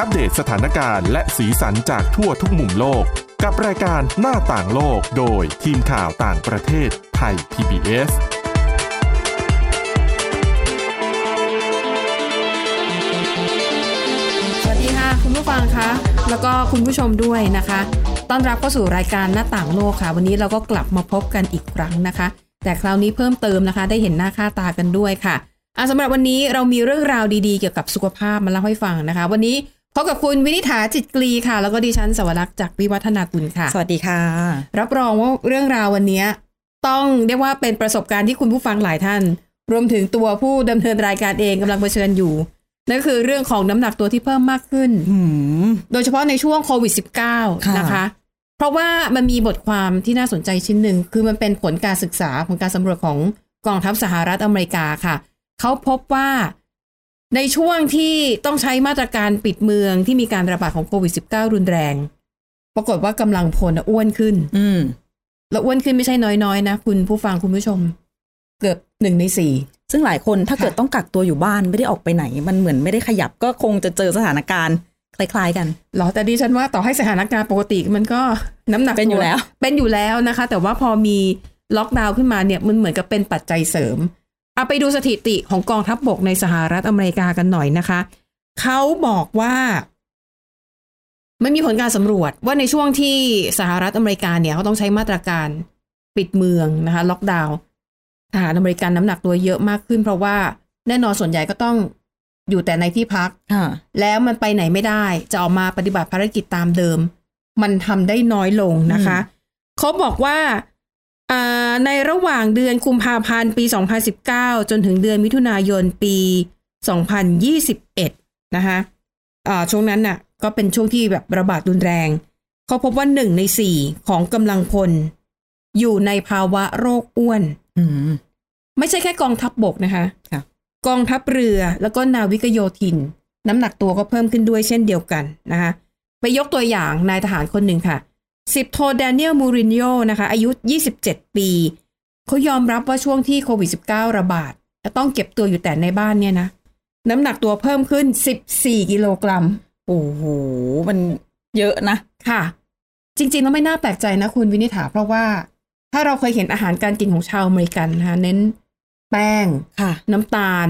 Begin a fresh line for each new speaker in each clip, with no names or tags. อัปเดตสถานการณ์และสีสันจากทั่วทุกมุมโลก กับรายการหน้าต่างโลกโดยทีมข่าวต่างประเทศไทย PBS
สวัสดีค่ะ คุณผู้ฟังคะ แล้วก็คุณผู้ชมด้วยนะคะ ต้อนรับเข้าสู่รายการหน้าต่างโลกค่ะ วันนี้เราก็กลับมาพบกันอีกครั้งนะคะ แต่คราวนี้เพิ่มเติมนะคะ ได้เห็นหน้าค่าตากันด้วยค่ะอ่ะสำหรับวันนี้เรามีเรื่องราวดีๆเกี่ยวกับสุขภาพมาเล่าให้ฟังนะคะ วันนี้พบกับคุณวินิษฐาจิตกรีค่ะ แล้วก็ดิฉันสวรักษ์จากวิวัฒนากุลค่ะ
สวัสดีค่ะ
รับรองว่าเรื่องราววันนี้ต้องเรียกว่าเป็นประสบการณ์ที่คุณผู้ฟังหลายท่าน รวมถึงตัวผู้ดำเนินรายการเองกำลังเผชิญอยู่นั่นคือเรื่องของน้ำหนักตัวที่เพิ่มมากขึ้น
อืม
โดยเฉพาะในช่วงโควิด -19
ค่ะ
นะคะ เพราะว่ามันมีบทความที่น่าสนใจชิ้นหนึ่ง คือมันเป็นผลการศึกษาผลการสำรวจของกองทัพสหรัฐอเมริกาค่ะ เขาพบว่าในช่วงที่ต้องใช้มาตรการปิดเมืองที่มีการระบาดของโควิด -19 รุนแรง ปรากฏว่ากำลังพลน่ะอ้วนขึ้น
อืม
แล้วอ้วนขึ้นไม่ใช่น้อยๆนะ คุณผู้ฟังคุณผู้ชม เกือบหนึ่งในสี่
ซึ่งหลายคนถ้า
ค่ะ
เกิดต้องกักตัวอยู่บ้านไม่ได้ออกไปไหน มันเหมือนไม่ได้ขยับก็คงจะเจอสถานการณ์คล้าย ๆ กัน
หรอแต่ดิฉันว่าต่อให้สถานการณ์ปกติมันก็น้ำหนัก
เป็นอยู่แล้ว
เป็นอยู่แล้วนะคะ แต่ว่าพอมีล็อกดาวน์ขึ้นมาเนี่ยมันเหมือนกับเป็นปัจจัยเสริมเอาไปดูสถิติของกองทัพบบกในสหรัฐอเมริกากันหน่อยนะคะ เขาบอกว่า มันมีผลการสำรวจว่าในช่วงที่สหรัฐอเมริกาเนี่ยเขาต้องใช้มาตรการปิดเมืองนะคะ ล็อกดาวน์ทหารอเมริกันน้ำหนักตัวเยอะมากขึ้น เพราะว่าแน่นอนส่วนใหญ่ก็ต้องอยู่แต่ในที่พัก
ค่ะ
แล้วมันไปไหนไม่ได้ จะออกมาปฏิบัติภารกิจตามเดิม มันทำได้น้อยลงนะคะ เขาบอกว่าอ่าในระหว่างเดือนกุมภาพันธ์ปี 2019 จนถึงเดือนมิถุนายนปี 2021 นะคะอ่าช่วงนั้นน่ะก็เป็นช่วงที่แบบระบาดรุนแรง เขาพบว่าหนึ่งในสี่ของกำลังพล อยู่ในภาวะโรคอ้วน
อืม
ไม่ใช่แค่กองทัพบบกนะคะ
ค่ะ
กองทัพเรือแล้วก็นาวิกโยธิน น้ำหนักตัวก็เพิ่มขึ้นด้วยเช่นเดียวกันนะคะ ไปยกตัวอย่างนายทหารคนหนึ่งค่ะ สิบโทแดเนียลมูรินโญ่นะคะ อายุ 27 ปี เขายอมรับว่าช่วงที่โควิด -19 ระบาดและต้องเก็บตัวอยู่แต่ในบ้านเนี่ยนะ น้ำหนักตัวเพิ่มขึ้น 14 กิโลกรัม
โอ้โห มันเยอะนะ
ค่ะ จริงๆแล้วไม่น่าแปลกใจนะคุณวินิษฐาเพราะว่า ถ้าเราเคยเห็นอาหารการกินของชาวอเมริกันนะคะเน้นแป้ง
ค่ะ
น้ำตาล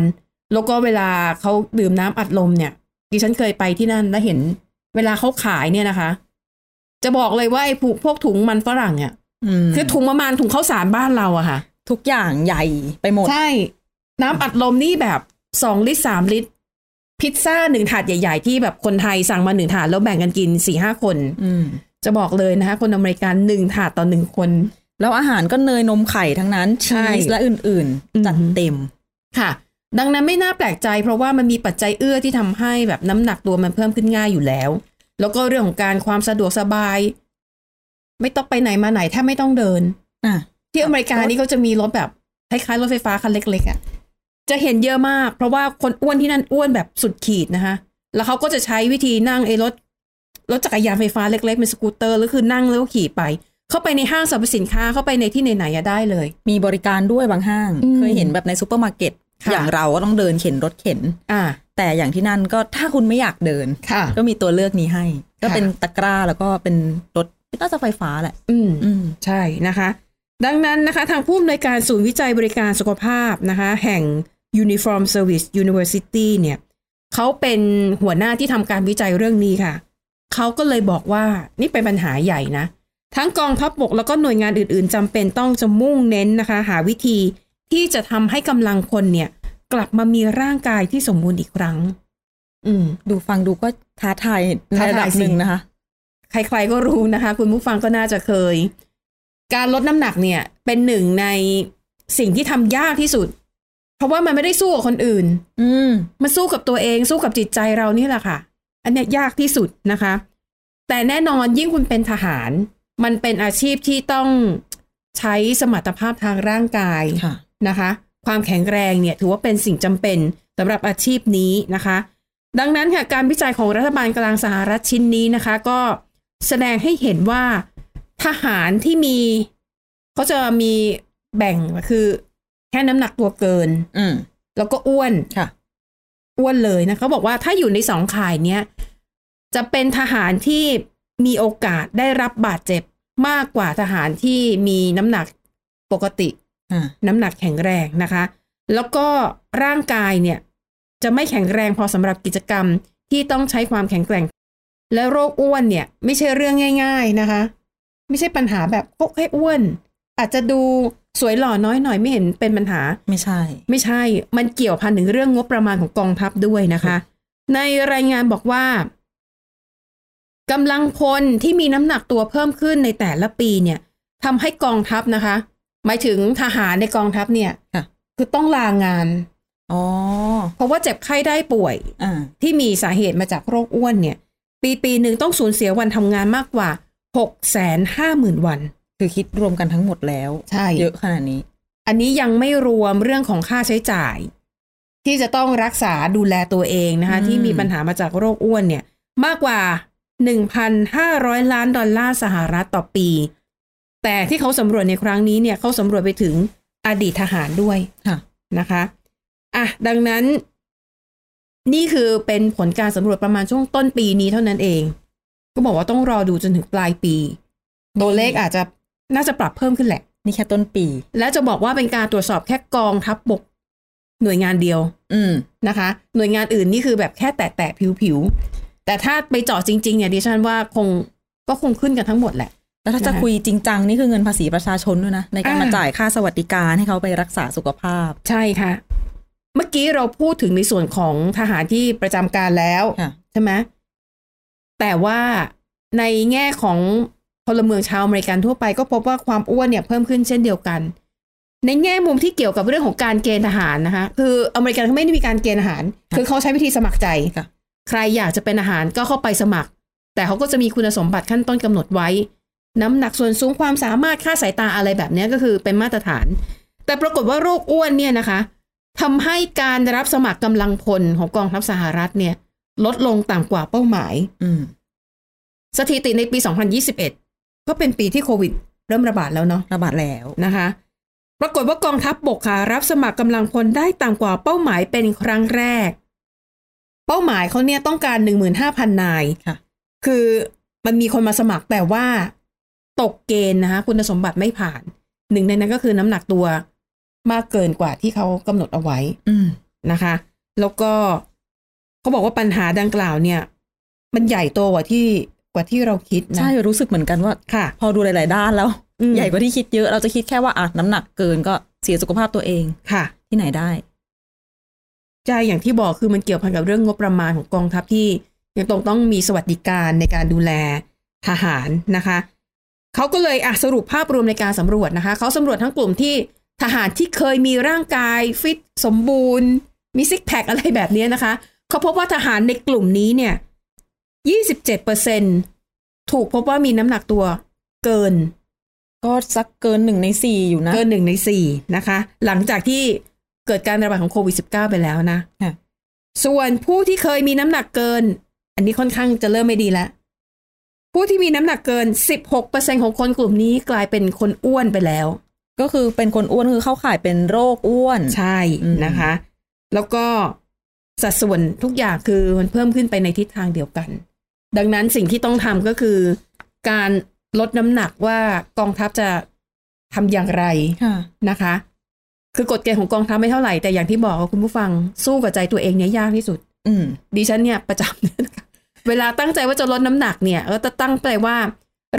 แล้วก็เวลาเขาดื่มน้ำอัดลมเนี่ย ดิฉันเคยไปที่นั่นแล้วเห็น เวลาเขาขายเนี่ยนะคะ จะบอกเลยว่าไอ้พวกพวกถุงมันฝรั่งเนี่ย
อืม
คือถุงประมาณถุงข้าวสารบ้านเราอะค่ะ
ทุกอย่างใหญ่ไปหมด
ใช่ น้ำอัดลมนี่แบบสองลิตรสามลิตร พิซซ่าหนึ่งถาดใหญ่ๆ ที่แบบคนไทยสั่งมาหนึ่งถาดแล้วแบ่งกันกินสี่ห้าคน
อืม
จะบอกเลยนะคะคนอเมริกันหนึ่งถาดต่อหนึ่งคน
แล้วอาหารก็เนยนมไข่ทั้งนั้น
ใช่
ชีสและอื่น
อืม
ๆจัดเต็ม
ค่ะ ดังนั้นไม่น่าแปลกใจ เพราะว่ามันมีปัจจัยเอื้อที่ทำให้แบบน้ำหนักตัวมันเพิ่มขึ้นง่ายอยู่แล้ว แล้วก็เรื่องของการความสะดวกสบาย ไม่ต้องไปไหนมาไหนแทบไม่ต้องเดิน
อ่ะ
ที่อเมริกานี่เขาจะมีรถแบบคล้ายๆรถไฟฟ้าคันเล็กๆอะ่ะจะเห็นเยอะมาก เพราะว่าคนอ้วนที่นั่นอ้วนแบบสุดขีดนะคะ แล้วเขาก็จะใช้วิธีนั่งไอ้รถรถจักรยานไฟฟ้าเล็กๆเป็นสกูตเตอร์หรือคือนั่งแล้วก็ขี่ไป เข้าไปในห้างสรรพสินค้าเข้าไปในที่ไหนๆอะได้เลย
มีบริการด้วยบางห้าง
อืม
เคยเห็นแบบในซูเปอร์มาร์เก็ต
ค่ะ
อย่างเราก็ต้องเดินเข็นรถเข็น
อ่า
แต่อย่างที่นั่นก็ถ้าคุณไม่อยากเดิน
ค่ะ
ก็มีตัวเลือกนี้ให้ ก็
ค่ะ
เป็นตะกร้าแล้วก็เป็นรถน่าจะไฟฟ้าแหละ
อืม
อืม
ใช่นะคะ ดังนั้นนะคะ ทางผู้อำนวยการศูนย์วิจัยบริการสุขภาพนะคะ แห่ง Uniform Service University เนี่ยเขาเป็นหัวหน้าที่ทำการวิจัยเรื่องนี้ค่ะ เขาก็เลยบอกว่านี่เป็นปัญหาใหญ่นะ ทั้งกองทัพบบกแล้วก็หน่วยงานอื่นๆจำเป็นต้องจะมุ่งเน้นนะคะ หาวิธีที่จะทำให้กำลังคนเนี่ย กลับมามีร่างกายที่สมบูรณ์อีกครั้ง อืม
ดูฟังดูก็ท้าทายใน
ท้าทาย
ระดับ
สิ
หนึ่งนะคะ
ใครๆก็รู้นะคะ คุณผู้ฟังก็น่าจะเคย การลดน้ำหนักเนี่ย เป็นหนึ่งในสิ่งที่ทำยากที่สุด เพราะว่ามันไม่ได้สู้กับคนอื่น
อืม
มันสู้กับตัวเองสู้กับจิตใจเรานี่แหละค่ะ อันเนี้ยยากที่สุดนะคะ แต่แน่นอนยิ่งคุณเป็นทหาร มันเป็นอาชีพที่ต้องใช้สมรรถภาพทางร่างกาย
ค่ะ
นะคะ ความแข็งแรงเนี่ยถือว่าเป็นสิ่งจำเป็นสำหรับอาชีพนี้นะคะ ดังนั้นค่ะการวิจัยของรัฐบาลกลางสหรัฐชิ้นนี้นะคะ ก็แสดงให้เห็นว่าทหารที่มีเขาจะมีแบ่งคือแค่น้ำหนักตัวเกิน
อืม
แล้วก็อ้วน
ค่ะ
อ้วนเลยนะเขาบอกว่าถ้าอยู่ในสองข่ายเนี้ย จะเป็นทหารที่มีโอกาสได้รับบาดเจ็บมากกว่าทหารที่มีน้ำหนักปกติ
อ่า
น้ำหนักแข็งแรงนะคะ แล้วก็ร่างกายเนี่ยจะไม่แข็งแรงพอสำหรับกิจกรรมที่ต้องใช้ความแข็งแกร่ง และโรคอ้วนเนี่ยไม่ใช่เรื่องง่าย ๆนะคะ ไม่ใช่ปัญหาแบบโอ้ให้ยอ้วน อาจจะดูสวยหล่อน้อยหน่อยไม่เห็นเป็นปัญหา
ไม่ใช่
ไม่ใช่ มันเกี่ยวพันถึงเรื่องงบประมาณของกองทัพด้วยนะคะ ในรายงานบอกว่ากำลังพลที่มีน้ำหนักตัวเพิ่มขึ้นในแต่ละปีเนี่ยทำให้กองทัพนะคะ หมายถึงทหารในกองทัพเนี่ย
ค่ะ
คือต้องลางาน
อ๋อ
เพราะว่าเจ็บไข้ได้ป่วย
อ่า
ที่มีสาเหตุมาจากโรคอ้วนเนี่ย ปีปีหนึ่งต้องสูญเสียวันทำงานมากกว่า6กแสนห้าหมื่นวัน
คือคิดรวมกันทั้งหมดแล้ว
ใช่
เยอะขนาดนี้
อันนี้ยังไม่รวมเรื่องของค่าใช้จ่าย ที่จะต้องรักษาดูแลตัวเองนะคะ
อืม
ที่มีปัญหามาจากโรคอ้วนเนี่ย มากกว่า 1,500 ล้านดอลลาร์สหรัฐต่อปี แต่ที่เขาสำรวจในครั้งนี้เนี่ยเขาสำรวจไปถึงอดีตทหารด้วย
ค่ะ
นะคะอ่ะดังนั้น นี่คือเป็นผลการสำรวจประมาณช่วงต้นปีนี้เท่านั้นเอง ก็บอกว่าต้องรอดูจนถึงปลายปี ตัวเลขอาจจะน่าจะปรับเพิ่มขึ้นแหละ
นี่แค่ต้นปี
แล้วจะบอกว่าเป็นการตรวจสอบแค่กองทัพบก หน่วยงานเดียว
อืม
นะคะ หน่วยงานอื่นนี่คือแบบแค่แตะแตะผิวผิวๆ แต่ถ้าไปเจาะจริงๆเนี่ยดิฉันว่าคงก็คงขึ้นกันทั้งหมดแหละ
แล้วถ้าจะ
นะคะ
คุยจริงจังนี่คือเงินภาษีประชาชนด้วยนะ ในการ
อ่าม
มาจ่ายค่าสวัสดิการให้เขาไปรักษาสุขภาพ
ใช่ค่ะ เมื่อกี้เราพูดถึงในส่วนของทหารที่ประจำการแล้ว
ค่ะ
ใช่ไหมแต่ว่าในแง่ของพลเมืองชาวอเมริกันทั่วไปก็พบว่าความอ้วนเนี่ยเพิ่มขึ้นเช่นเดียวกัน ในแง่มุมที่เกี่ยวกับเรื่องของการเกณฑ์ทหารนะคะ คืออเมริกันเขาไม่ได้มีการเกณฑ์อาหาร คือเขาใช้วิธีสมัครใจ
ค่ะ
ใครอยากจะเป็นอาหารก็เข้าไปสมัคร แต่เขาก็จะมีคุณสมบัติขั้นต้นกำหนดไว้ น้ำหนักส่วนสูงความสามารถค่าสายตาอะไรแบบเนี้ยก็คือเป็นมาตรฐาน แต่ปรากฏว่าโรคอ้วนเนี่ยนะคะทำให้การรับสมัครกำลังพลของกองทัพสหรัฐเนี่ย ลดลงต่ำกว่าเป้าหมาย
อืม
สถิติในปี 2021 ก็เป็นปีที่โควิดเริ่มระบาดแล้วเนาะ
ระบาดแล้ว
นะคะ ปรากฏว่ากองทัพบบกค่ะรับสมัครกำลังพลได้ต่ำกว่าเป้าหมายเป็นครั้งแรก เป้าหมายเขาเนี่ยต้องการ 15,000 นาย
ค่ะ
คือมันมีคนมาสมัครแต่ว่าตกเกณฑ์นะคะคุณสมบัติไม่ผ่าน หนึ่งในนั้นก็คือน้ำหนักตัวมากเกินกว่าที่เขากำหนดเอาไว้
อืม
นะคะ แล้วก็เขาบอกว่าปัญหาดังกล่าวเนี่ย มันใหญ่โตกว่าที่กว่าที่เราคิดนะ
ใช่รู้สึกเหมือนกันว่า
ค่ะ
พอดูหลาย ๆ ด้านแล้ว
อืม
ใหญ่กว่าที่คิดเยอะ เราจะคิดแค่ว่าอ่ะน้ำหนักเกินก็เสียสุขภาพตัวเอง
ค่ะ
ที่ไหนได้
ใช่อย่างที่บอกคือมันเกี่ยวพันกับเรื่องงบประมาณของกองทัพที่ยังต้องต้องมีสวัสดิการในการดูแลทหารนะคะเขาก็เลยอ่ะสรุปภาพรวมในการสำรวจนะคะเขาสำรวจทั้งกลุ่มที่ทหารที่เคยมีร่างกาย ฟิตสมบูรณ์ มีซิกแพคอะไรแบบเนี้ยนะคะเขาพบว่าทหารในกลุ่มนี้เนี่ย 27%ถูกพบว่ามีน้ำหนักตัวเกิน
ก็สักเกินหนึ่งในสี่อยู่นะ
เกินหนึ่งในสี่นะคะ หลังจากที่เกิดการระบาดของโควิด -19 ไปแล้วนะ
ค่ะ
ส่วนผู้ที่เคยมีน้ำหนักเกิน อันนี้ค่อนข้างจะเริ่มไม่ดีแล้ว ผู้ที่มีน้ำหนักเกิน 16%ของคนกลุ่มนี้กลายเป็นคนอ้วนไปแล้ว
ก็คือเป็นคนอ้วนคือเข้าข่ายเป็นโรคอ้วน
ใช่
อืม
นะคะ แล้วก็สัดส่วนทุกอย่างคือมันเพิ่มขึ้นไปในทิศทางเดียวกัน ดังนั้นสิ่งที่ต้องทำก็คือ การลดน้ำหนักว่ากองทัพจะทำอย่างไร
ค่ะ
นะคะ คือกฎเกณฑ์ของกองทัพไม่เท่าไหร่ แต่อย่างที่บอกกับคุณผู้ฟังสู้กับใจตัวเองเนี่ยยากที่สุด
อืม
ดิฉันเนี่ยประจำเนี่ยนะคะ เวลาตั้งใจว่าจะลดน้ำหนักเนี่ยก็จะตั้งใจว่า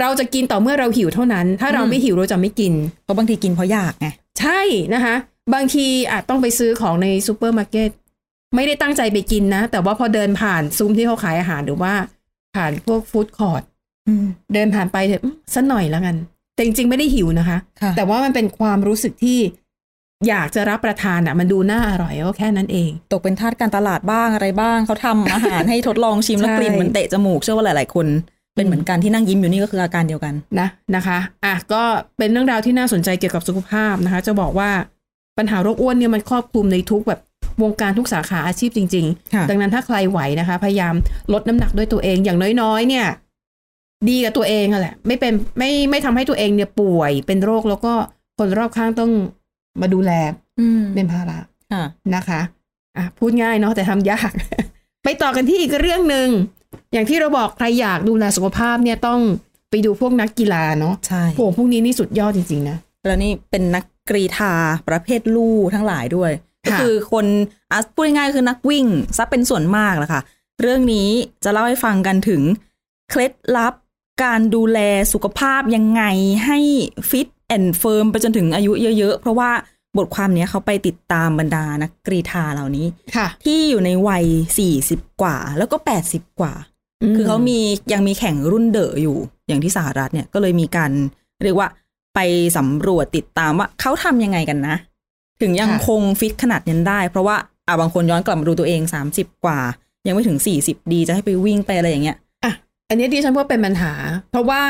เราจะกินต่อเมื่อเราหิวเท่านั้น ถ้าเรา
อืม
ไม่หิวเราจะไม่กิน
เพราะบางทีกินเพราะอยากไง
ใช่นะคะ บางทีอาจต้องไปซื้อของในซูเปอร์มาร์เก็ตไม่ได้ตั้งใจไปกินนะ แต่ว่าพอเดินผ่านซุ้มที่เขาขายอาหารหรือว่า ผ่านพวกฟู้ดคอร์ท
อืม
เดินผ่านไปเถอะอืมสักหน่อยแล้วกัน แต่จริงๆไม่ได้หิวนะคะ
ค่ะ
แต่ว่ามันเป็นความรู้สึกที่อยากจะรับประทานอ่ะ มันดูน่าอร่อยก็แค่นั้นเอง
ตกเป็นทาสการตลาดบ้างอะไรบ้างเขาทำอาหาร ให้ทดลองชิมแล้ว
ใช่
กลิ่นมันเตะจมูกเชื่อว่าหลายๆ คน เป็นเหมือนกันที่นั่งยิ้มอยู่นี่ก็คืออาการเดียวกัน
นะนะคะอ่ะก็เป็นเรื่องราวที่น่าสนใจเกี่ยวกับสุขภาพนะคะ จะบอกว่าปัญหาโรคอ้วนเนี่ยมันครอบคลุมในทุกแบบวงการทุกสาขาอาชีพจริง
ค่ะ
ๆ ดังนั้นถ้าใครไหวนะคะ พยายามลดน้ำหนักด้วยตัวเองอย่างน้อยๆ เนี่ย ดีกับตัวเองอะแหละ ไม่เป็นไม่ไม่ทำให้ตัวเองเนี่ยป่วยเป็นโรคแล้วก็คนรอบข้างต้องมาดูแล
อืม
เป็นภาระ
ค่ะ
นะคะอ่ะพูดง่ายเนาะแต่ทำยาก ไปต่อกันที่อีกเรื่องหนึ่ง อย่างที่เราบอกใครอยากดูแลสุขภาพเนี่ยต้องไปดูพวกนักกีฬาเนาะ
ใช่
โอ้โหพวกนี้นี่สุดยอดจริง ๆ นะ
แล้วนี่เป็นนักกรีธาประเภทลู่ทั้งหลายด้วย ก็
ค่ะ
คือคนอะพูดง่ายๆคือนักวิ่งซะเป็นส่วนมากแหละค่ะ เรื่องนี้จะเล่าให้ฟังกันถึง เคล็ดลับการดูแลสุขภาพยังไงให้ฟิตแอนด์เฟิร์มไปจนถึงอายุเยอะๆ เพราะว่าบทความเนี้ยเขาไปติดตามบรรดานักกรีธาเหล่านี้
ค่ะ
ที่อยู่ในวัย 40 กว่า แล้วก็ 80 กว่า คือเขามียังมีแข่งรุ่นเดอะอยู่อย่างที่สหรัฐเนี่ยก็เลยมีการเรียกว่าไปสำรวจติดตามว่าเขาทำยังไงกันนะ ถึงยัง
ค่ะ
คงฟิตขนาดนั้นได้ เพราะว่าอ่าบางคนย้อนกลับมาดูตัวเอง 30 กว่า ยังไม่ถึง 40 ดีจะให้ไปวิ่งไปอะไรอย่างเงี้ย
อ่ะอันนี้ดิฉันว่าเป็นปัญหา เพราะว่า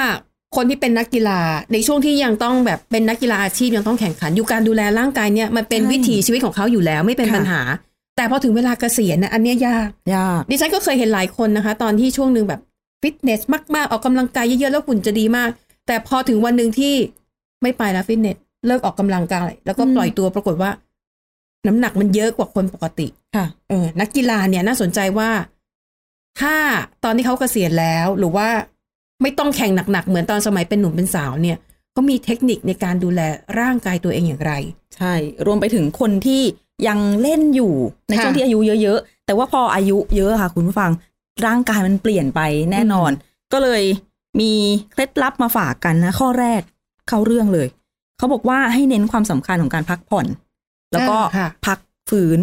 คนที่เป็นนักกีฬาในช่วงที่ยังต้องแบบเป็นนักกีฬาอาชีพยังต้องแข่งขันอยู่การดูแลร่างกายเนี่ยมันเป็น
ใช่
วิถีชีวิตของเขาอยู่แล้วไม่เป็น
ค่ะ
ปัญหา แต่พอถึงเวลาเกษียณนะอันเนี้ยยาก
ยาก
ดิฉันก็เคยเห็นหลายคนนะคะ ตอนที่ช่วงหนึ่งแบบฟิตเนสมากๆ ออกกำลังกายเยอะๆ แล้วหุ่นจะดีมาก แต่พอถึงวันหนึ่งที่ไม่ไปแล้วฟิตเนสเลิกออกกำลังกาย แล้วก็
อืม
ปล่อยตัวปรากฏว่า น้ำหนักมันเยอะกว่าคนปกติ
ค่ะ
เออนักกีฬาเนี่ยน่าสนใจว่า ถ้าตอนที่เขาเกษียณแล้ว หรือว่าไม่ต้องแข่งหนักๆ เหมือนตอนสมัยเป็นหนุ่มเป็นสาวเนี่ยเขามีเทคนิคในการดูแลร่างกายตัวเองอย่างไร
ใช่ รวมไปถึงคนที่ยังเล่นอยู่ใน
ค่ะ
ช่วงที่อายุเยอะๆ แต่ว่าพออายุเยอะค่ะ คุณผู้ฟังร่างกายมันเปลี่ยนไปแน่นอน ก็เลยมีเคล็ดลับมาฝากกันนะ ข้อแรกเข้าเรื่องเลย เขาบอกว่าให้เน้นความสำคัญของการพักผ่อน แล้วก็
อ่าค่ะ
พักฟื้น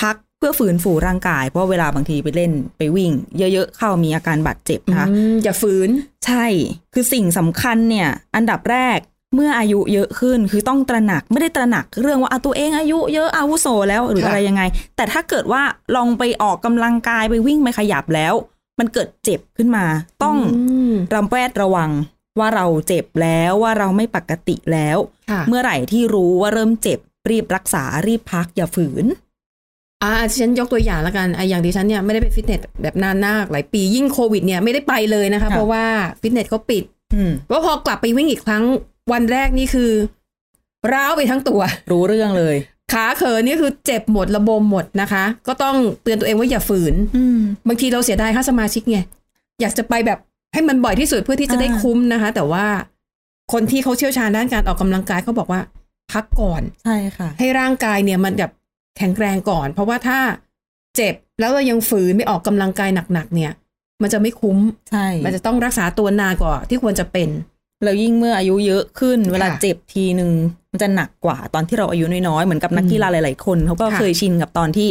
พักเพื่อฟื้นฟูร่างกาย เพราะเวลาบางทีไปเล่นไปวิ่ง เยอะๆ เข้ามีอาการบาดเจ็บนะคะ
อืมอย่าฝืน
ใช่ คือสิ่งสำคัญเนี่ย อันดับแรกเมื่ออายุเยอะขึ้น คือต้องตระหนักไม่ได้ตระหนักเรื่องว่าอ่ะตัวเองอายุเยอะอาวุโสแล้วหรือ
ค่ะ
อะไรยังไง แต่ถ้าเกิดว่าลองไปออกกำลังกายไปวิ่งไปขยับแล้ว มันเกิดเจ็บขึ้นมา ต้อง
ม
ระแวดระวังว่าเราเจ็บแล้วว่าเราไม่ปกติแล้ว
ค่ะ
เมื่อไหร่ที่รู้ว่าเริ่มเจ็บรีบรักษารีบพักอย่าฝืน
อ่าดิฉันยกตัวอย่างละกันอ่ะอย่างดิฉันเนี่ยไม่ได้ไปฟิตเนสแบบนานมากหลายปียิ่งโควิดเนี่ยไม่ได้ไปเลยนะคะ
ค่ะ
เพราะว่าฟิตเนสเขาปิด
อืม
ว่าพอกลับไปวิ่งอีกครั้งวันแรกนี่คือร้าวไปทั้งตัว
รู้เรื่องเลย
ขาเขินนี่คือเจ็บหมดระบมหมดนะคะ ก็ต้องเตือนตัวเองว่าอย่าฝืน
อืม
บางทีเราเสียดายค่าสมาชิกไงอยากจะไปแบบให้มันบ่อยที่สุดเพื่อที่จะได้
อ่า
คุ้มนะคะ แต่ว่าคนที่เขาเชี่ยวชาญด้านการออกกำลังกายเขาบอกว่าพักก่อน
ใช่ค่ะ
ให้ร่างกายเนี่ยมันแบบแข็งแรงก่อน เพราะว่าถ้าเจ็บแล้วเรายังฝืนไม่ออกกำลังกายหนักๆเนี่ย มันจะไม่คุ้ม
ใช่
มันจะต้องรักษาตัวนานกว่าที่ควรจะเป็น
แล้วยิ่งเมื่ออายุเยอะขึ้น เวลาเจ็บทีหนึ่งมันจะหนักกว่าตอนที่เราอายุน้อยๆเหมือนกับนักกีฬาหลายๆคนเขาก็
ค่ะ
เคยชินกับตอนที่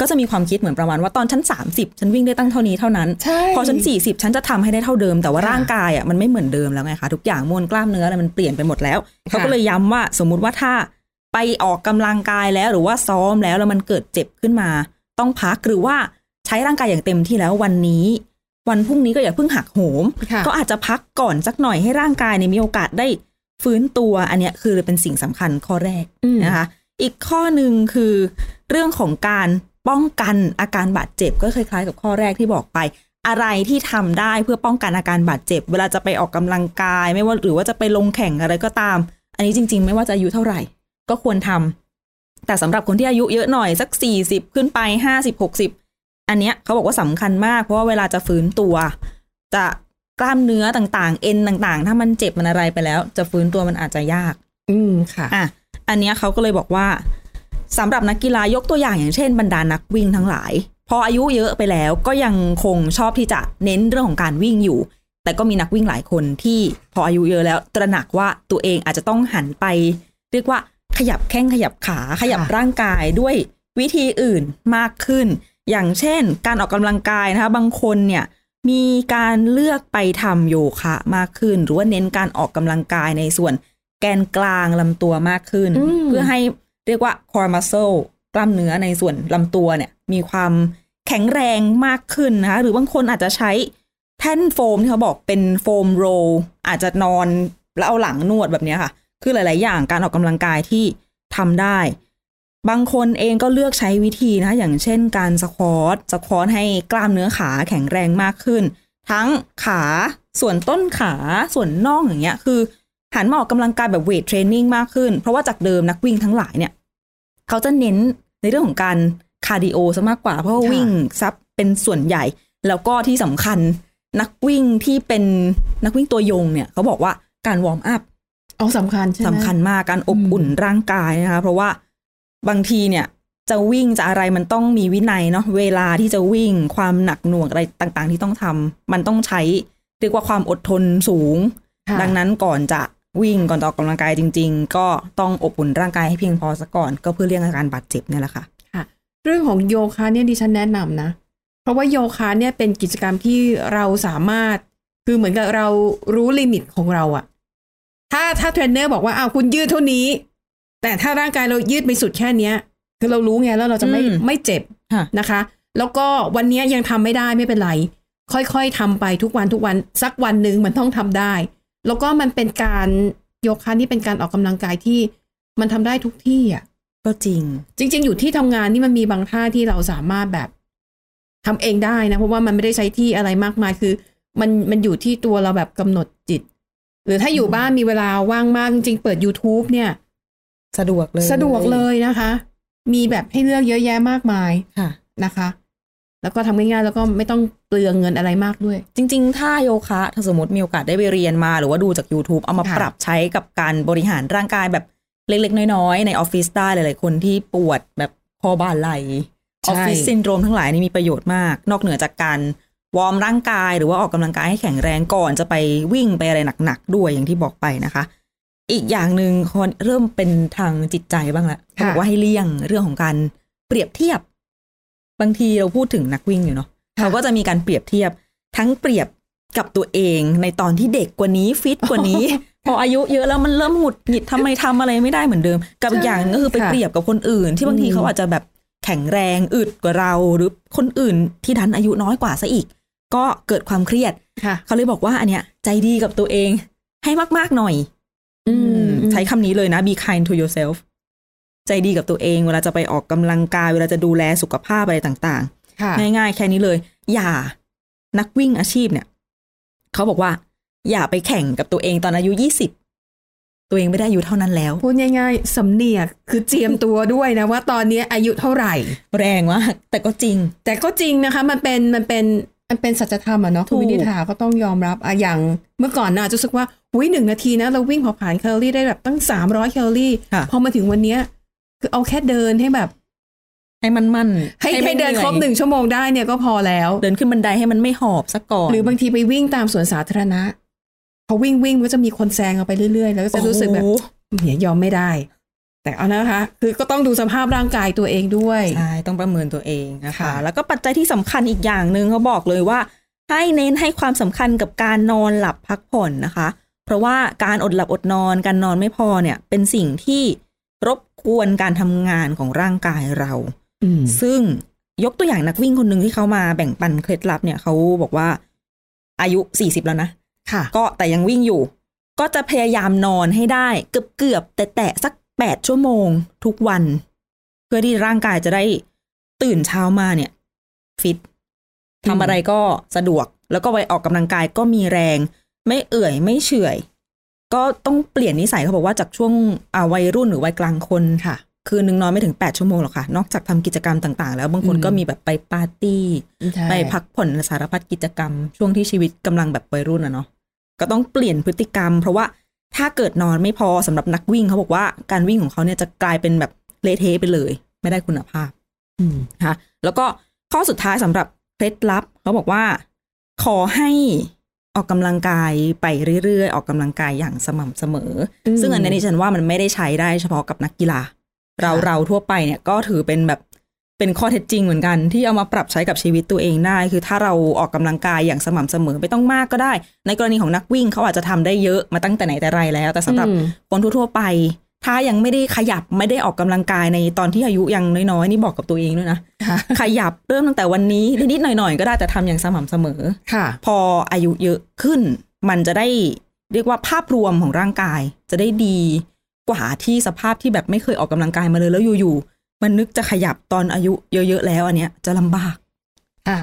ก็จะมีความคิดเหมือนประมาณว่าตอนชั้น 30 ฉันวิ่งได้ตั้งเท่านี้เท่านั้น
ใช่
พอชั้น 40 ฉันจะทำให้ได้เท่าเดิม แต่ว่า
ค่ะ
ร่างกายอ่ะมันไม่เหมือนเดิมแล้วไงคะทุกอย่างมวลกล้ามเนื้ออะไรมันเปลี่ยนไปหมดแล้วเขาก็เลยย้ำว่าสมมุติว่าถ้าไปออกกำลังกายแล้วหรือว่าซ้อมแล้วแล้วมันเกิดเจ็บขึ้นมา ต้องพักหรือว่าใช้ร่างกายอย่างเต็มที่แล้ววันนี้ วันพรุ่งนี้ก็อย่าเพิ่งหักโหม
ค่ะ
ก็อาจจะพักก่อนสักหน่อยให้ร่างกายเนี่ยมีโอกาสได้ฟื้นตัว อันเนี้ยคือเป็นสิ่งสำคัญข้อแรก
อืม
นะคะ อีกข้อหนึ่งคือเรื่องของการป้องกันอาการบาดเจ็บก็คล้ายๆกับข้อแรกที่บอกไป อะไรที่ทำได้เพื่อป้องกันอาการบาดเจ็บ เวลาจะไปออกกำลังกาย ไม่ว่าหรือว่าจะไปลงแข่งอะไรก็ตาม อันนี้จริง ๆ ไม่ว่าจะอายุเท่าไหร่ ก็ควรทำแต่สำหรับคนที่อายุเยอะหน่อยสักสี่สิบขึ้นไปห้าสิบหกสิบอันเนี้ยเขาบอกว่าสำคัญมากเพราะว่าเวลาจะฟื้นตัว จะกล้ามเนื้อต่างๆ เอ็นต่างๆ ถ้ามันเจ็บมันอะไรไปแล้ว จะฟื้นตัวมันอาจจะยาก
อืมค่ะ
อ่ะ อันเนี้ยเขาก็เลยบอกว่าสำหรับนักกีฬายกตัวอย่างอย่างเช่นบรรดานักวิ่งทั้งหลาย พออายุเยอะไปแล้วก็ยังคงชอบที่จะเน้นเรื่องของการวิ่งอยู่ แต่ก็มีนักวิ่งหลายคนที่พออายุเยอะแล้วตระหนักว่าตัวเองอาจจะต้องหันไป เรียกว่าขยับแข้งขยับขาขยับ
ค่ะ
ร่างกายด้วยวิธีอื่นมากขึ้น อย่างเช่น การออกกำลังกายนะคะบางคนเนี่ย มีการเลือกไปทำโยคะมากขึ้น หรือว่าเน้นการออกกำลังกายในส่วนแกนกลางลำตัวมากขึ้น
อืม
เพื่อให้เรียกว่า core muscle กล้ามเนื้อในส่วนลำตัวเนี่ย มีความแข็งแรงมากขึ้นนะคะหรือบางคนอาจจะใช้แท่นโฟมที่เขาบอกเป็นโฟมโรลอาจจะนอนแล้วเอาหลังนวดแบบเนี้ยค่ะ คือหลาย ๆ อย่างการออกกำลังกายที่ทำได้ บางคนเองก็เลือกใช้วิธีนะ อย่างเช่นการสควอตสควอตให้กล้ามเนื้อขาแข็งแรงมากขึ้น ทั้งขาส่วนต้นขาส่วนน่องอย่างเงี้ย คือ หันมาออกกำลังกายแบบเวทเทรนนิ่งมากขึ้น เพราะว่าจากเดิมนักวิ่งทั้งหลายเนี่ย เขาจะเน้นในเรื่องของการคาร์ดิโอซะมากกว่า เพราะว่า
ค่ะ
วิ่งซับเป็นส่วนใหญ่ แล้วก็ที่สำคัญนักวิ่งที่เป็นนักวิ่งตัวยงเนี่ยเขาบอกว่าการวอร์มอัพ
อ๋อสำคัญใช่ไหม
สำคัญมากการอบ
อืม
อุ่นร่างกายนะคะ เพราะว่าบางทีเนี่ย จะวิ่งจะอะไรมันต้องมีวินัยเนาะเวลาที่จะวิ่งความหนักหน่วงอะไรต่างๆ ที่ต้องทำมันต้องใช้เรียกว่าความอดทนสูง
ค่ะ
ดังนั้นก่อนจะวิ่งก่อนจะออกกำลังกายจริง ๆ ก็ต้องอบอุ่นร่างกายให้เพียงพอซะก่อน ก็เพื่อเลี่ยงอาการบาดเจ็บเนี่ยแหละค่ะ
เรื่องของโยคะเนี่ยดิฉันแนะนำนะ เพราะว่าโยคะเนี่ยเป็นกิจกรรมที่เราสามารถ คือเหมือนกับเรารู้ลิมิตของเราอะถ้าถ้าเทรนเนอร์บอกว่าอ้าวคุณยืดเท่านี้ แต่ถ้าร่างกายเรายืดไปสุดแค่เนี้ย คือเรารู้ไงแล้วเราจะไม่
อืม
ไม่เจ็บ
ค่ะ
นะคะ แล้วก็วันเนี้ยยังทำไม่ได้ไม่เป็นไร ค่อยๆทำไปทุกวันทุกวันสักวันหนึ่งมันต้องทำได้ แล้วก็มันเป็นการโยคะนี่เป็นการออกกำลังกายที่มันทำได้ทุกที่อะ
ก็จริง
จริง ๆ อยู่ที่ทำงานนี่มันมีบางท่าที่เราสามารถแบบทำเองได้นะ เพราะว่ามันไม่ได้ใช้ที่อะไรมากมายคือ มันมันอยู่ที่ตัวเราแบบกำหนดจิต หรือถ้าอยู่บ้านมีเวลาว่างมากจริงๆเปิด YouTube เนี่ย
สะดวกเลย
สะดวกเลยนะคะ มีแบบให้เลือกเยอะแยะมากมาย
ค่ะ
นะคะ แล้วก็ทำง่ายๆแล้วก็ไม่ต้องเปลืองเงินอะไรมากด้วย
จริงๆ ถ้าโยคะ ถ้าสมมติมีโอกาสได้ไปเรียนมา หรือว่าดูจาก YouTube เอามา
ค่ะ
ปรับใช้กับการบริหารร่างกายแบบเล็กๆ น้อยๆ ในออฟฟิศได้หลายๆคนที่ปวดแบบคอบ่าไหลออฟฟิศซินโดรมทั้งหลายนี่มีประโยชน์มาก นอกเหนือจากการวอร์มร่างกายหรือว่าออกกำลังกายให้แข็งแรงก่อนจะไปวิ่งไปอะไรหนักๆ ด้วยอย่างที่บอกไปนะคะ อีกอย่างหนึ่งคนเริ่มเป็นทางจิตใจบ้างละเขาบอกว่าให้เลี่ยงเรื่องของการเปรียบเทียบ บางทีเราพูดถึงนักวิ่งอยู่เนาะเขาก็จะมีการเปรียบเทียบ ทั้งเปรียบกับตัวเองในตอนที่เด็กกว่านี้ฟิตกว่านี้ พออายุเยอะแล้วมันเริ่มหงุดหงิดทำไมทำอะไรไม่ได้เหมือนเดิม กับอีกอย่างหนึ่งก็คือไป
ค่ะ
เปรียบกับคนอื่น ที่บางทีเขาอาจจะแบบแข็งแรงอึดกว่าเรา หรือคนอื่นที่ดันอายุน้อยกว่าซะอีก ก็เกิดความเครียด
ค่ะ
เขาเลยบอกว่าอันเนี้ยใจดีกับตัวเองให้มากๆหน่อย
อืม
ใช้คำนี้เลยนะ be kind to yourself ใจดีกับตัวเอง เวลาจะไปออกกำลังกาย เวลาจะดูแลสุขภาพอะไรต่าง
ค่ะ
ๆ ง่ายๆ แค่นี้เลย อย่านักวิ่งอาชีพเนี่ย เขาบอกว่า อย่าไปแข่งกับตัวเองตอนอายุยี่สิบตัวเองไม่ได้อายุเท่านั้นแล้ว
พูดง่ายๆสำเนียกคือเจียมตัวด้วยนะว่าตอนนี้อายุเท่าไหร่
แรงมากแต่ก็จริง
แต่ก็จริงนะคะมันเป็นมันเป็นมันเป็นสัจธรรมอะเนาะคุ
ถู
ณ
ก
วินิธาก็ต้องยอมรับอะอย่างเมื่อก่อนนะอาจจะรู้สึกว่าอุ้ยหนึ่งนาทีนะเราวิ่งเผาผลาญแคลอรี่ได้แบบตั้งสามร้อยแคลอรี่
ค่ะ
พอมาถึงวันเนี้ยคือเอาแค่เดินให้แบบ
ให้มันมั่น
ให้ให้เดิน
อย
ครบหนึ่งชั่วโมงได้เนี่ยก็พอแล้ว
เดินขึ้นบันไดให้มันไม่หอบซะก่อน
หรือบางทีไปวิ่งตามสวนสาธารณะพอวิ่งวิ่งมันก็จะมีคนแซงเราไปเรื่อยๆ แล้วก็จะรู้สึกแบบ
โอ้โห
เนี่ยยอมไม่ได้ แต่เอานะคะ คือก็ต้องดูสภาพร่างกายตัวเองด้วย
ใช่ต้องประเมินตัวเองนะคะ
ค่ะ
แล้วก็ปัจจัยที่สำคัญอีกอย่างหนึ่งเขาบอกเลยว่า ให้เน้นให้ความสำคัญกับการนอนหลับพักผ่อนนะคะ เพราะว่าการอดหลับอดนอนการนอนไม่พอเนี่ย เป็นสิ่งที่รบกวนการทำงานของร่างกายเรา
อืม
ซึ่งยกตัวอย่างนักวิ่งคนหนึ่งที่เขามาแบ่งปันเคล็ดลับเนี่ยเขาบอกว่าอายุสี่สิบแล้วนะ
ค่ะ
ก็แต่ยังวิ่งอยู่ ก็จะพยายามนอนให้ได้เกือบเกือบแต่แต่ๆสักแปดชั่วโมงทุกวัน เพื่อที่ร่างกายจะได้ตื่นเช้ามาเนี่ย ฟิต
อืม
ทำอะไรก็สะดวก แล้วก็ไปออกกำลังกายก็มีแรง ไม่เอื่อยไม่เฉื่อย ก็ต้องเปลี่ยนนิสัยเขาบอกว่าจากช่วงอ่าวัยรุ่นหรือวัยกลางคน
ค่ะ
คืนนึงนอนไม่ถึงแปดชั่วโมงหรอกค่ะ นอกจากทำกิจกรรมต่างๆ แล้วบางคน
อืม
ก็มีแบบไปปาร์ตี้ ไปพักผ่อนสารพัดกิจกรรม ช่วงที่ชีวิตกำลังแบบวัยรุ่นอะเนาะก็ต้องเปลี่ยนพฤติกรรม เพราะว่าถ้าเกิดนอนไม่พอสำหรับนักวิ่งเขาบอกว่าการวิ่งของเขาเนี่ยจะกลายเป็นแบบเละเทะไปเลย ไม่ได้คุณภาพ
อืม
นะคะแล้วก็ข้อสุดท้ายสำหรับเคล็ดลับเขาบอกว่า ขอให้ออกกำลังกายไปเรื่อยๆ ออกกำลังกายอย่างสม่ำเสมออ
ม
ซึ่งอันนี้ดิฉันว่ามันไม่ได้ใช้ได้เฉพาะกับนักกีฬา เราเราทั่วไปเนี่ยก็ถือเป็นแบบเป็นข้อเท็จจริงเหมือนกัน ที่เอามาปรับใช้กับชีวิตตัวเองได้ คือถ้าเราออกกำลังกายอย่างสม่ำเสมอไม่ต้องมากก็ได้ ในกรณีของนักวิ่งเขาอาจจะทำได้เยอะมาตั้งแต่ไหนแต่ไรแล้ว แต่สำหรับ
อืม
คนทั่วๆไป ถ้ายังไม่ได้ขยับไม่ได้ออกกำลังกายในตอนที่อายุยังน้อยๆนี่บอกกับตัวเองด้วยนะ
ค่ะ
ขยับเริ่มตั้งแต่วันนี้นิดๆหน่อยๆก็ได้แต่ทำอย่างสม่ำเสมอ
ค่ะ
พออายุเยอะขึ้น มันจะได้เรียกว่าภาพรวมของร่างกาย จะได้ดีกว่าที่สภาพที่แบบไม่เคยออกกำลังกายมาเลยแล้วอยู่ๆมันนึกจะขยับตอนอายุเยอะๆแล้วอันเนี้ยจะลำบาก
อ่ะ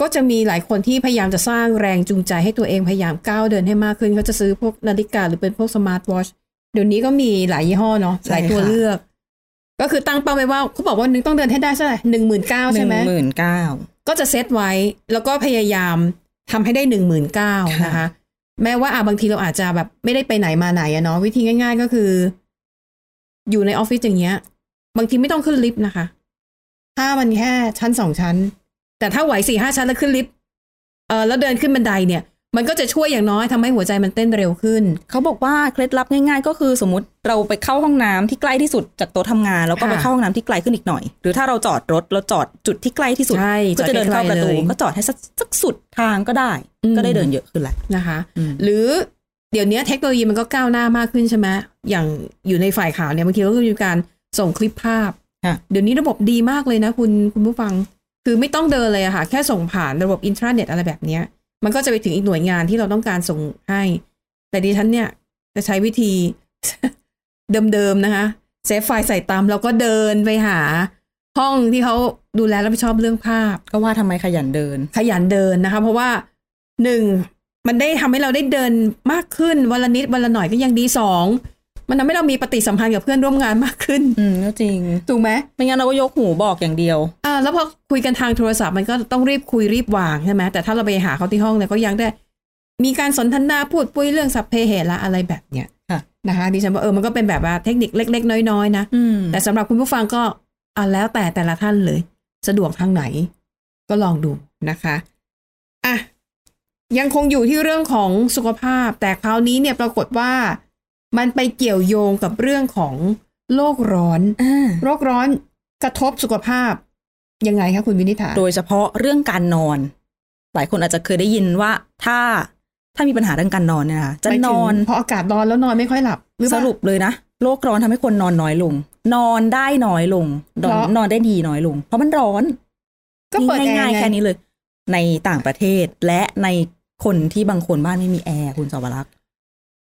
ก็จะมีหลายคนที่พยายามจะสร้างแรงจูงใจให้ตัวเองพยายามก้าวเดินให้มากขึ้นเขาจะซื้อพวกนาฬิกาหรือเป็นพวกสมาร์ทวอชเดี๋ยวนี้ก็มีหลายยี่ห้อเนาะ
ใช่
หลายตัว
ค่ะ
เลือก ก็คือตั้งเป้าไว้ว่าเขาบอกว่านึงต้องเดินให้ได้เท่าไหร่หนึ่งหมื่นเก้าใช่ไหม
หนึ่งหมื่นเก้า
ก็จะเซตไว้แล้วก็พยายามทำให้ได้หนึ่งหมื่นเก้านะ
ค่ะ
คะ แม้ว่าอ่ะบางทีเราอาจจะแบบไม่ได้ไปไหนมาไหนอะเนาะวิธีง่าย ๆ ก็คือ อยู่ในออฟฟิศอย่างเงี้ย บางทีไม่ต้องขึ้นลิฟต์นะคะ ถ้ามันแค่ชั้นสองชั้น แต่ถ้าไหวสี่ห้าชั้นแล้วขึ้นลิฟต์เออแล้วเดินขึ้นบันไดเนี่ย มันก็จะช่วยอย่างน้อยทำให้หัวใจมันเต้นเร็วขึ้น
เขาบอกว่าเคล็ดลับง่ายๆ ก็คือสมมติเราไปเข้าห้องน้ำที่ใกล้ที่สุดจากโต๊ะทำงาน แล้วก็
ค่ะ
ไปเข้าห้องน้ำที่ไกลขึ้นอีกหน่อย หรือถ้าเราจอดรถเราจอดจุดที่ใกล้ที่สุด
ใช่
ก็จะเดินเข้าประ
จ
ตู
อดไกลๆเลย
ก็จอดให้สักสักสุดทางก็ได้
อืม
ก็ได้เดินเยอะขึ้นแหละ
นะคะ
อืม
หรือเดี๋ยวนี้เทคโนโลยีมันก็ก้าวหน้ามากขึ้นใช่ไหมอย่างอยู่ในฝ่ายข่าวเนี่ยบางทีก็มีการส่งคลิปภาพ
ค่ะ
เดี๋ยวนี้ระบบดีมากเลยนะคุณคุณผู้ฟัง คือไม่ต้องเดินเลยอะค่ะ แค่ส่งผ่านระบบอินทราเน็ตอะไรแบบเนี้ย มันก็จะไปถึงอีกหน่วยงานที่เราต้องการส่งให้ แต่ดิฉันเนี่ยจะใช้วิธี เดิมๆนะคะเซฟไฟล์ใส่ตามแล้วก็เดินไปหา ห้องที่เขาดูแลรับผิดชอบเรื่องภาพ
ก็ว่าทำไมขยันเดิน
ขยันเดินนะคะ เพราะว่าหนึ่งมันได้ทำให้เราได้เดินมากขึ้นวันละนิดวันละหน่อยก็ยังดีสองมันทำให้เรามีปฏิสัมพันธ์กับเพื่อนร่วมงานมากขึ้น
อืมก็จริง
ถูกไหม
ไม่งั้นเราก็ยกหูบอกอย่างเดียว
อ่าแล้วพอคุยกันทางโทรศัพท์มันก็ต้องรีบคุยรีบวางใช่ไหมแต่ถ้าเราไปหาเขาที่ห้องเนี่ยก็ยังได้ มีการสนทนาพูดปุ้ยเรื่องสัพเพเหระอะไรแบบเนี้ย
ค่ะ
นะคะดิฉันว่าเออมันก็เป็นแบบว่าเทคนิคเล็ก ๆ น้อยๆนะ
อืม
แต่สำหรับคุณผู้ฟังก็อ่ะแล้วแต่แต่ละท่านเลย สะดวกทางไหน ก็ลองดูนะคะอ่ะยังคงอยู่ที่เรื่องของสุขภาพ แต่คราวนี้เนี่ยปรากฏว่า มันไปเกี่ยวโยงกับเรื่องของโลกร้อน
อ่า
โรคร้อนกระทบสุขภาพ ยังไงคะคุณวินิษฐา
โดยเฉพาะเรื่องการนอน หลายคนอาจจะเคยได้ยินว่าถ้าถ้ามีปัญหาเรื่องการนอนเนี่ยนะคะจะ
หมาย
น
ถึง
อน
เพราะอากาศร้อนแล้วนอนไม่ค่อยหลับหรือเป
ส
ล่า
รุปเลยนะโลกร้อนทำให้คนนอนน้อยลง นอนได้น้อยลงนอน
เพราะ
นอนได้ดีน้อยลง เพราะมันร้อน
ก็เปิดแอ
ง่า
ร์
ยๆ
ไง
แค่นี้เลย ในต่างประเทศและในคนที่บางคนบ้านไม่มีแอร์คุณสวรักษ์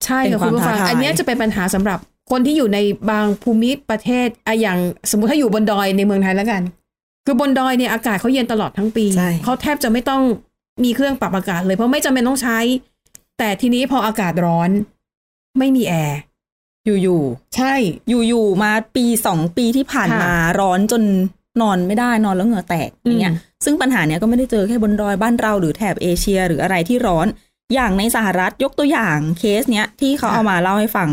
ใช่
เป็
ค่ะ
น
คุณผู้ฟัง
ความท้าทาย
อันเนี้ยจะเป็นปัญหาสำหรับคนที่อยู่ในบางภูมิประเทศอะอย่างสมมติถ้าอยู่บนดอยในเมืองไทยแล้วกัน คือบนดอยเนี่ยอากาศเขาเย็นตลอดทั้งปี
ใช่
เขาแทบจะไม่ต้องมีเครื่องปรับอากาศเลยเพราะไม่จำเป็นต้องใช้ แต่ทีนี้พออากาศร้อน ไม่มีแอร์
อยู่
ใช่
ๆอยู่ๆมาปีสองปีที่ผ่าน
ค่ะ
มาร้อนจนนอนไม่ได้นอนแล้วเหงื่อแตกอย่างเงี้ย
อืม
ซึ่งปัญหาเนี้ยก็ไม่ได้เจอแค่บนดอยบ้านเราหรือแถบเอเชียหรืออะไรที่ร้อน อย่างในสหรัฐยกตัวอย่างเคสเนี้ยที่เขาเอามาเล่าให้ฟัง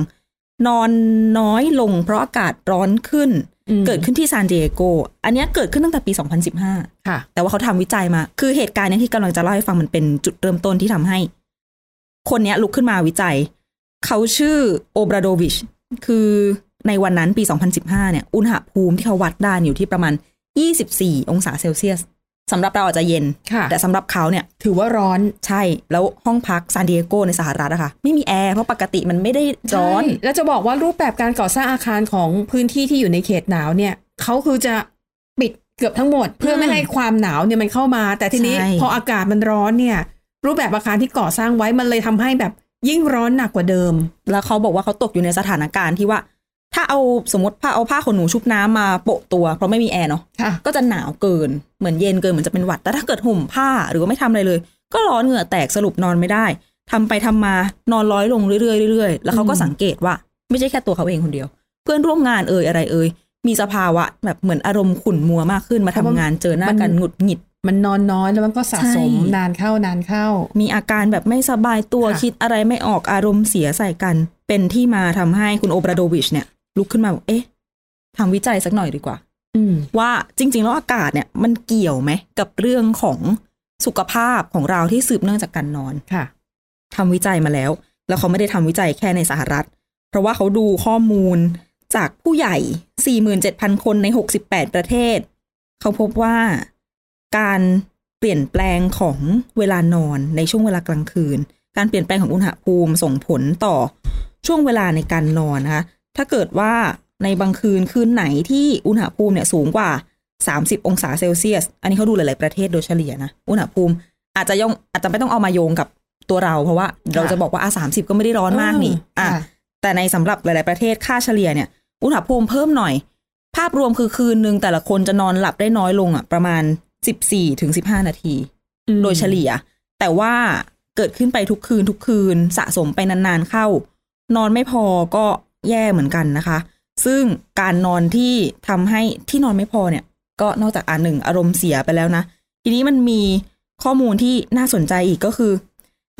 นอนน้อยลงเพราะอากาศร้อนขึ้น
อืม
เกิดขึ้นที่ซานดิเอโก อันเนี้ยเกิดขึ้นตั้งแต่ปี 2015
ค่ะ
แต่ว่าเขาทำวิจัยมา คือเหตุการณ์เนี้ยที่กำลังจะเล่าให้ฟังมันเป็นจุดเริ่มต้นที่ทำให้ คนเนี้ยลุกขึ้นมาวิจัย เขาชื่อโอบราโดวิช คือในวันนั้นปี 2015 เนี่ย อุณหภูมิที่เขาวัดได้อยู่ที่ประมาณ 24 องศาเซลเซียสสำหรับเราอาจจะเย็น
ค่ะ
แต่สำหรับเขาเนี่ย
ถือว่าร้อน
ใช่ แล้วห้องพักซานดิเอโกในสหรัฐอะค่ะ ไม่มีแอร์ เพราะปกติมันไม่ได้ร้อน
ใช่แล้วจะบอกว่ารูปแบบการก่อสร้างอาคารของพื้นที่ที่อยู่ในเขตหนาวเนี่ยเขาคือจะปิดเกือบทั้งหมด เพื่อไม่ให้ความหนาวเนี่ยมันเข้ามา แต่ทีนี้
ใช่
พออากาศมันร้อนเนี่ย รูปแบบอาคารที่ก่อสร้างไว้มันเลยทำให้แบบยิ่งร้อนหนักกว่าเดิม
แล้วเขาบอกว่าเขาตกอยู่ในสถานการณ์ที่ว่า ถ้าเอาสมมติผ้าเอาผ้าขนหนูชุบน้ำมาโปะตัวเพราะไม่มีแอร์เนาะ
ค่ะ
ก็จะหนาวเกินเหมือนเย็นเกินเหมือนจะเป็นหวัด แต่ถ้าเกิดห่มผ้าหรือว่าไม่ทำอะไรเลย ก็ร้อนเหงื่อแตกสรุปนอนไม่ได้ทำไปทำมานอนร้อยลงเรื่อยๆเรื่อยๆแล้วเขาก็
อืม
สังเกตว่า ไม่ใช่แค่ตัวเขาเองคนเดียว เพื่อนร่วมงานเอ่ยอะไรเอ่ยมีสภาวะแบบเหมือนอารมณ์ขุ่นมัวมากขึ้นมาทำงานเจอหน้ากันหงุดหงิด
มันนอนน้อยแล้วมันก็สะสม
ใช่
นานเข้านานเข้า
มีอาการแบบไม่สบายตัว
ค่ะ
คิดอะไรไม่ออกอารมณ์เสียใส่กัน เป็นที่มาทำให้คุณโอบราโดวิชเนี่ย ลุกขึ้นมาบอกเอ๊ะทำวิจัยสักหน่อยดีกว่า
อืม
ว่าจริง ๆ แล้วอากาศเนี่ยมันเกี่ยวไหม กับเรื่องของสุขภาพของเราที่สืบเนื่องจากการนอน
ค่ะ
ทำวิจัยมาแล้ว แล้วเขาไม่ได้ทำวิจัยแค่ในสหรัฐ เพราะว่าเขาดูข้อมูลจากผู้ใหญ่ 47,000 คนใน 68 ประเทศ เขาพบว่าการเปลี่ยนแปลงของเวลานอนในช่วงเวลากลางคืน การเปลี่ยนแปลงของอุณหภูมิส่งผลต่อช่วงเวลาในการนอนนะคะ ถ้าเกิดว่าในบางคืนคืนไหนที่อุณหภูมิเนี่ยสูงกว่า 30 องศาเซลเซียส อันนี้เขาดูหลาย ๆ ประเทศโดยเฉลี่ยนะ อุณหภูมิอาจจะยองอาจจะไม่ต้องเอามาโยงกับตัวเรา เพราะว่าเราจะบอกว่าอ่ะสามสิบก็ไม่ได้ร้อนมากนี่
เอออ่
อ่ะแต่ในสำหรับหลาย ๆ ประเทศค่าเฉลี่ยเนี่ย อุณหภูมิเพิ่มหน่อย ภาพรวมคือคืนหนึ่งแต่ละคนจะนอนหลับได้น้อยลงอ่ะประมาณ 14ถึง15 นาที
อืม
โดยเฉลี่ย แต่ว่าเกิดขึ้นไปทุกคืนทุกคืนสะสมไปนานๆเข้า นอนไม่พอก็แย่เหมือนกันนะคะ ซึ่งการนอนที่ทำให้ที่นอนไม่พอเนี่ย ก็นอกจากอ่านหนึ่งอารมณ์เสียไปแล้วนะ ทีนี้มันมีข้อมูลที่น่าสนใจอีกก็คือ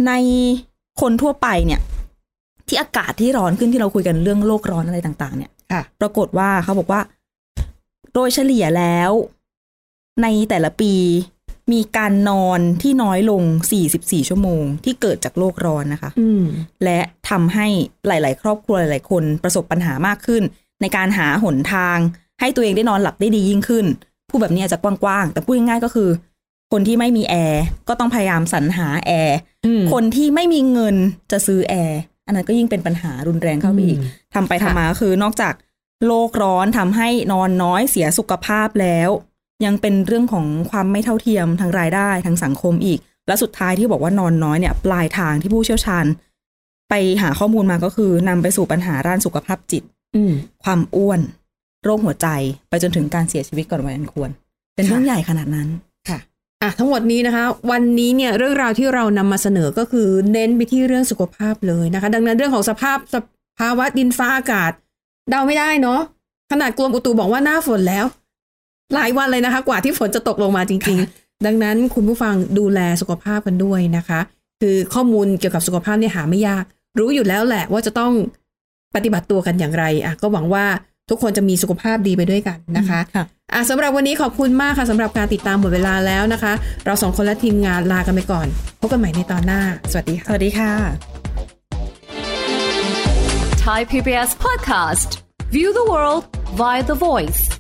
ในคนทั่วไปเนี่ย ที่อากาศที่ร้อนขึ้นที่เราคุยกันเรื่องโลกร้อนอะไรต่างๆ เนี่ย
ค่ะ
ปรากฏว่าเขาบอกว่า โดยเฉลี่ยแล้ว ในแต่ละปีมีการนอนที่น้อยลง 44 ชั่วโมง ที่เกิดจากโลกร้อนนะคะ
อืม
และทำให้หลาย ๆ ครอบครัวหลาย ๆ คนประสบปัญหามากขึ้น ในการหาหนทาง ให้ตัวเองได้นอนหลับได้ดียิ่งขึ้นพูดแบบนี้อาจจะกว้าง ๆ แต่พูดง่าย ๆ ก็คือ คนที่ไม่มีแอร์ก็ต้องพยายามสรรหาแอร์
อืม
คนที่ไม่มีเงินจะซื้อแอร์อันนั้นก็ยิ่งเป็นปัญหารุนแรงเข้าไปอีก
อืม
ทำไปทำมาก็คือนอกจากโลกร้อนทำให้นอนน้อยเสียสุขภาพแล้ว ยังเป็นเรื่องของความไม่เท่าเทียมทางรายได้ทางสังคมอีก และสุดท้ายที่บอกว่านอนน้อยเนี่ย ปลายทางที่ผู้เชี่ยวชาญ ไปหาข้อมูลมาก็คือนำไปสู่ปัญหาด้านสุขภาพจิต
อืม
ความอ้วน โรคหัวใจไปจนถึงการเสียชีวิตก่อนวัยอันควร เป็นเรื่อง
ค่ะ
ใหญ่ขนาดนั้น
ค่ะอ่ะ ทั้งหมดนี้นะคะ วันนี้เนี่ยเรื่องราวที่เรานำมาเสนอก็คือเน้นไปที่เรื่องสุขภาพเลยนะคะ ดังนั้นเรื่องของสภาพสภาวะดินฟ้าอากาศ เดาไม่ได้เนาะขนาดกรมอุตุบอกว่าหน้าฝนแล้ว หลายวันเลยนะคะ กว่าที่ฝนจะตกลงมาจริง ๆ ดังนั้นคุณผู้ฟังดูแลสุขภาพกันด้วยนะคะ คือข้อมูลเกี่ยวกับสุขภาพเนี่ยหาไม่ยาก รู้อยู่แล้วแหละว่าจะต้องปฏิบัติตัวกันอย่างไรอ่ะก็หวังว่าทุกคนจะมีสุขภาพดีไปด้วยกันนะคะ
ค่ะ
อ่ะสำหรับวันนี้ขอบคุณมากค่ะสำหรับการติดตามหมดเวลาแล้วนะคะ เราสองคนและทีมงานลากันไปก่อน พบกันใหม่ในตอนหน้า สวัสดีค่ะ
สวัสดีค่ะ
Thai PBS podcast. View the world via the voice.